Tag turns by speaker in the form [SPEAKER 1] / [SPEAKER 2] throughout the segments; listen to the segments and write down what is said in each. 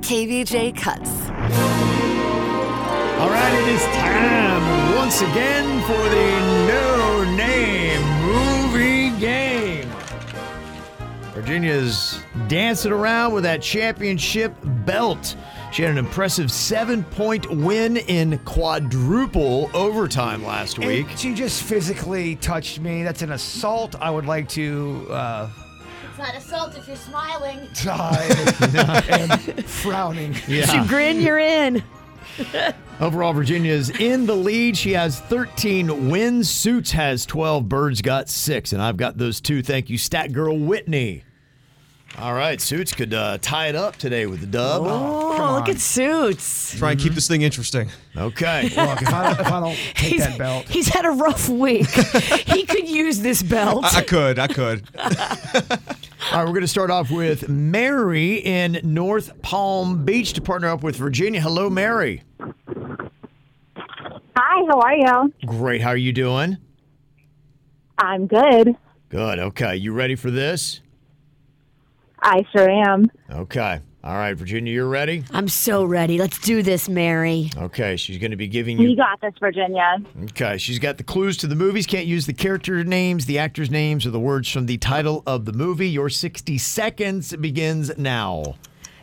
[SPEAKER 1] KVJ Cuts.
[SPEAKER 2] All right, it is time once again for the no name movie game. Virginia's dancing around with that championship belt. She had an impressive seven point win in quadruple overtime last
[SPEAKER 3] And
[SPEAKER 2] week.
[SPEAKER 3] She just physically touched me. That's an assault. I would like to uh,
[SPEAKER 4] It's not assault if you're smiling.
[SPEAKER 3] die and frowning.
[SPEAKER 2] Yeah.
[SPEAKER 5] Grin, you're in.
[SPEAKER 2] Overall, Virginia is in the lead. She has 13 wins. Suits has 12. Birds got six, and I've got those two. Thank you, Stat Girl Whitney. All right, Suits could uh, tie it up today with the dub.
[SPEAKER 5] Oh, look at Suits.
[SPEAKER 6] Try and
[SPEAKER 2] Mm-hmm.
[SPEAKER 6] keep this thing interesting.
[SPEAKER 2] Okay.
[SPEAKER 3] Look, if I, if I don't take
[SPEAKER 5] He's,
[SPEAKER 3] that belt,
[SPEAKER 5] he's had a rough week. he could use this belt.
[SPEAKER 6] I, I could, I could.
[SPEAKER 2] All right, we're going to start off with Mary in North Palm Beach to partner up with Virginia. Hello, Mary.
[SPEAKER 7] Hi, how are you?
[SPEAKER 2] Great. How are you doing?
[SPEAKER 7] I'm good.
[SPEAKER 2] Good. Okay. You ready for this?
[SPEAKER 7] I sure am.
[SPEAKER 2] Okay. All right, Virginia, you're ready?
[SPEAKER 5] I'm so ready. Let's do this, Mary.
[SPEAKER 2] Okay. She's going to be giving
[SPEAKER 7] We
[SPEAKER 2] you.
[SPEAKER 7] got this, Virginia.
[SPEAKER 2] Okay. She's got the clues to the movies. Can't use the character names, the actors' names, or the words from the title of the movie. Your 60 seconds begins now.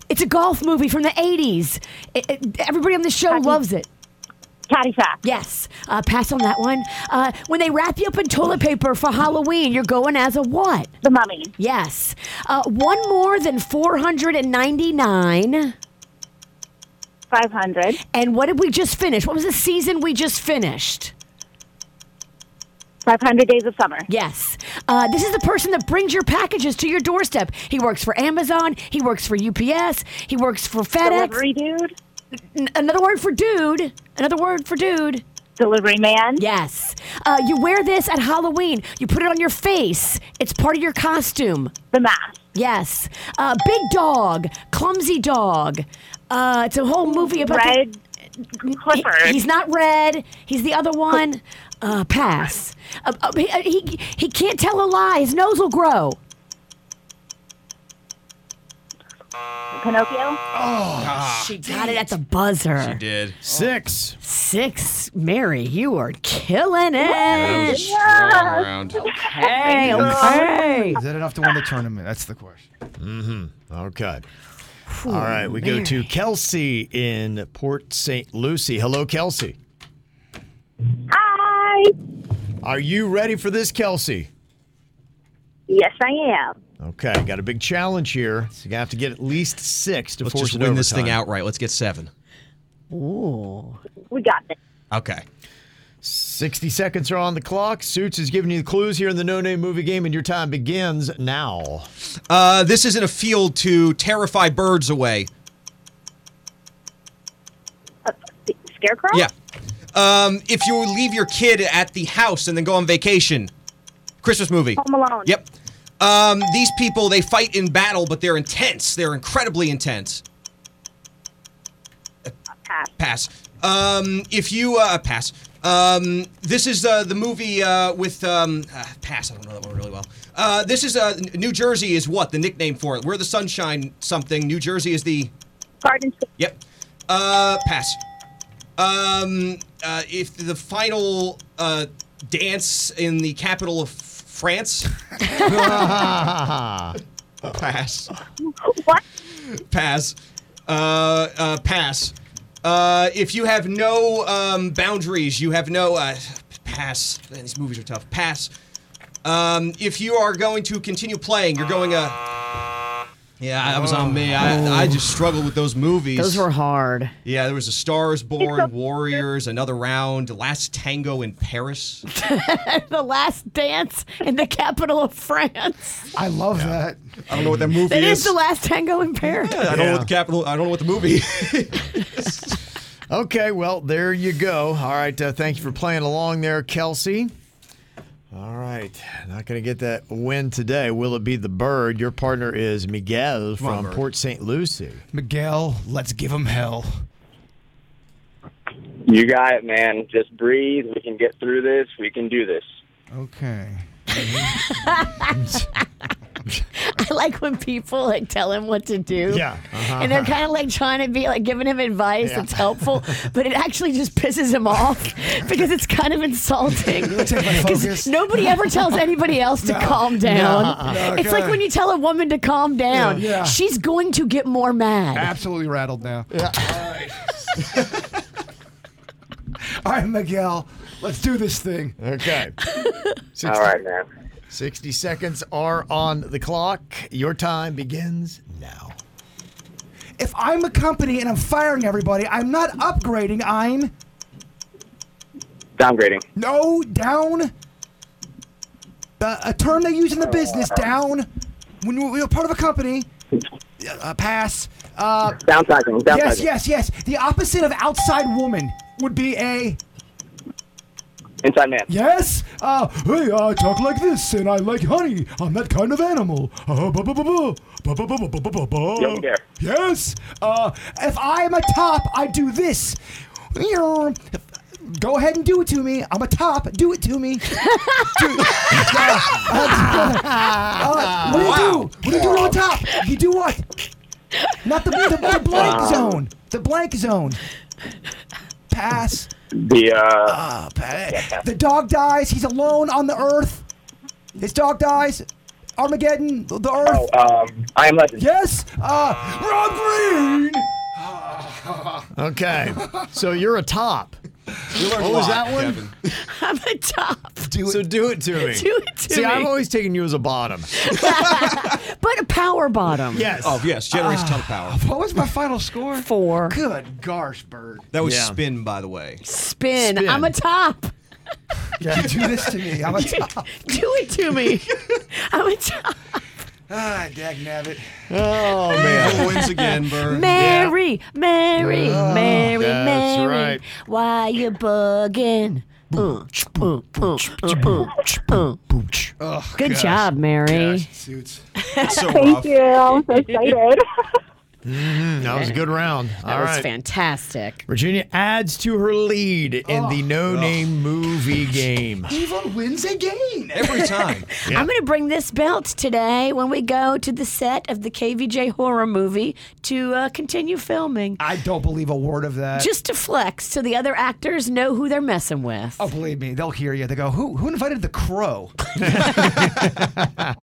[SPEAKER 5] It's a golf movie from the 80s. It- it- everybody on the show loves it.
[SPEAKER 7] Caddyshack.
[SPEAKER 5] Yes. Uh, pass on that one. Uh, when they wrap you up in toilet paper for Halloween, you're going as a what?
[SPEAKER 7] The Mummy.
[SPEAKER 5] Yes. Uh, one more than 499.
[SPEAKER 7] 500.
[SPEAKER 5] And what did we just finish? What was the season we just finished?
[SPEAKER 7] 500 Days of Summer.
[SPEAKER 5] Yes. Uh, this is the person that brings your packages to your doorstep. He works for Amazon. He works for UPS. He works for FedEx.
[SPEAKER 7] Delivery dude.
[SPEAKER 5] N- another word for dude. Another word for dude.
[SPEAKER 7] Delivery man.
[SPEAKER 5] Yes. Uh, you wear this at Halloween. You put it on your face. It's part of your costume.
[SPEAKER 7] The Mask.
[SPEAKER 5] Yes. Uh, big dog. Clumsy dog. Uh, it's a whole movie about. the-
[SPEAKER 7] Red Clifford.
[SPEAKER 5] He- he's not red. He's the other one. Uh, pass. Uh, uh, he, uh, he, he can't tell a lie. His nose will grow.
[SPEAKER 7] Pinocchio.
[SPEAKER 5] She got it at the buzzer.
[SPEAKER 6] Did.
[SPEAKER 2] Six.
[SPEAKER 5] Six, Mary, you are killing it.
[SPEAKER 6] Around.
[SPEAKER 5] Hey, okay.
[SPEAKER 3] is that enough to win the tournament? That's the question.
[SPEAKER 2] Okay. All right. We go to Kelsey in Port St. Lucie. Hello, Kelsey.
[SPEAKER 7] Hi.
[SPEAKER 2] Are you ready for this, Kelsey?
[SPEAKER 7] Yes, I am.
[SPEAKER 2] Okay, got a big challenge here. So you have to get at least six to
[SPEAKER 6] Let's
[SPEAKER 2] force
[SPEAKER 6] just
[SPEAKER 2] it
[SPEAKER 6] win this
[SPEAKER 2] overtime.
[SPEAKER 6] thing outright. Let's get seven.
[SPEAKER 7] We got this.
[SPEAKER 6] Okay.
[SPEAKER 2] Sixty seconds are on the clock. Suits is giving you the clues here in the No Name Movie Game, and your time begins now.
[SPEAKER 6] Uh, this is in a field to terrify birds away.
[SPEAKER 7] Uh, the Scarecrow?
[SPEAKER 6] Yeah. Um, if you leave your kid at the house and then go on vacation, Christmas movie.
[SPEAKER 7] Home Alone.
[SPEAKER 6] Yep. Um, these people they fight in battle, but they're intense. They're incredibly intense.
[SPEAKER 7] Pass.
[SPEAKER 6] Pass. Um, if you uh, pass. Um, this is uh, the movie uh, with um, uh, pass. I don't know that one really well. Uh, this is uh, N- New Jersey is what the nickname for it. We're the sunshine something. New Jersey is the
[SPEAKER 7] Garden State.
[SPEAKER 6] yep. Uh, pass. Um, uh, if the final uh, dance in the capital of France. pass.
[SPEAKER 7] What?
[SPEAKER 6] pass. Uh, uh, pass. Uh, if you have no um, boundaries, you have no uh, pass. Man, these movies are tough. Pass. Um, if you are going to continue playing, you're going Uh, yeah, that was on me. I, I just struggled with those movies.
[SPEAKER 5] Those were hard.
[SPEAKER 6] Yeah, there was a Stars Born, Warriors, Another Round, Last Tango in Paris.
[SPEAKER 5] The last dance in the capital of France.
[SPEAKER 3] I love that.
[SPEAKER 8] I don't know what that movie
[SPEAKER 5] That
[SPEAKER 8] is.
[SPEAKER 5] is the last tango in Paris.
[SPEAKER 6] I don't know what the capital. I don't know what the movie.
[SPEAKER 2] Okay, well, there you go. All right, uh, thank you for playing along there, Kelsey. All right, not going to get that win today. Will it be the bird? Your partner is Miguel
[SPEAKER 6] on,
[SPEAKER 2] from
[SPEAKER 6] bird.
[SPEAKER 2] Port St. Lucie.
[SPEAKER 3] Miguel, let's give him hell.
[SPEAKER 9] You got it, man. Just breathe. We can get through this. We can do this.
[SPEAKER 3] Okay.
[SPEAKER 5] I like when people like tell him what to do.
[SPEAKER 2] Yeah, uh-huh.
[SPEAKER 5] And they're kind of like trying to be like giving him advice that's helpful, but it actually just pisses him off because it's kind of insulting.
[SPEAKER 3] Take my focus.
[SPEAKER 5] Because nobody ever tells anybody else to calm down.
[SPEAKER 3] No,
[SPEAKER 5] it's
[SPEAKER 3] okay.
[SPEAKER 5] like when you tell a woman to calm down,
[SPEAKER 3] Yeah.
[SPEAKER 5] she's going to get more mad.
[SPEAKER 3] Absolutely rattled now. All right, Miguel, let's do this thing.
[SPEAKER 2] Okay. 60,
[SPEAKER 9] All right, man.
[SPEAKER 2] 60 seconds are on the clock. Your time begins now.
[SPEAKER 3] If I'm a company and I'm firing everybody, I'm not upgrading. I'm
[SPEAKER 9] Downgrading.
[SPEAKER 3] no down. The a term they use in the business down. When you- you're part of a company, uh, pass. Uh,
[SPEAKER 9] Downsizing. Downsizing.
[SPEAKER 3] yes, yes, yes. The opposite of outside woman would be a
[SPEAKER 9] Inside man.
[SPEAKER 3] Yes? Uh, hey, I talk like this and I like honey. I'm that kind of animal. Uh, ba ba ba ba. Ba ba ba ba ba ba ba.
[SPEAKER 9] Yellow bear.
[SPEAKER 3] Yes? Uh, if I'm a top, I do this. Meow. Go ahead and do it to me. I'm a top. Do it to me. Do- Uh, uh, what do you do? What do you do on top? You do what? Not the, the, the blank zone. The blank zone. Pass.
[SPEAKER 9] The uh,
[SPEAKER 3] Uh, pa- the dog dies. He's alone on the earth. His dog dies. Armageddon. The the earth.
[SPEAKER 9] um, I am legend.
[SPEAKER 3] Yes. Uh, Rob Green.
[SPEAKER 2] Okay, so you're a top. What was that one?
[SPEAKER 5] I'm a top.
[SPEAKER 2] so do it to me.
[SPEAKER 5] Do it to
[SPEAKER 2] See,
[SPEAKER 5] me.
[SPEAKER 2] I've always taken you as a bottom.
[SPEAKER 5] but a power bottom.
[SPEAKER 2] Yes.
[SPEAKER 6] Oh yes, generates tongue power.
[SPEAKER 3] What was my final score?
[SPEAKER 5] Four.
[SPEAKER 3] Good gosh, Bird.
[SPEAKER 6] That was
[SPEAKER 2] Yeah.
[SPEAKER 6] spin, by the way.
[SPEAKER 5] Spin.
[SPEAKER 2] Spin.
[SPEAKER 5] I'm a top.
[SPEAKER 3] You do this to me. I'm a top.
[SPEAKER 5] Do it to me. I'm a top.
[SPEAKER 3] ah, dagnabbit.
[SPEAKER 2] Oh, man.
[SPEAKER 6] wins again, Bird.
[SPEAKER 5] Mary, Mary, Mary,
[SPEAKER 2] That's
[SPEAKER 5] Mary.
[SPEAKER 2] right.
[SPEAKER 5] Why you bugging? Uh, uh, uh, uh, uh, uh. Good job, Mary.
[SPEAKER 3] Suits.
[SPEAKER 6] so
[SPEAKER 7] Thank
[SPEAKER 6] rough.
[SPEAKER 7] you. I'm so excited.
[SPEAKER 2] That was a good round. All right.
[SPEAKER 5] That was fantastic.
[SPEAKER 2] Virginia adds to her lead in the no name movie game.
[SPEAKER 3] Evil wins again.
[SPEAKER 6] Every time.
[SPEAKER 2] Yeah.
[SPEAKER 5] I'm going to bring this belt today when we go to the set of the KVJ horror movie to uh, continue filming.
[SPEAKER 3] I don't believe a word of that.
[SPEAKER 5] Just to flex so the other actors know who they're messing with.
[SPEAKER 3] oh, believe me, they'll hear you. They go, who who invited the crow?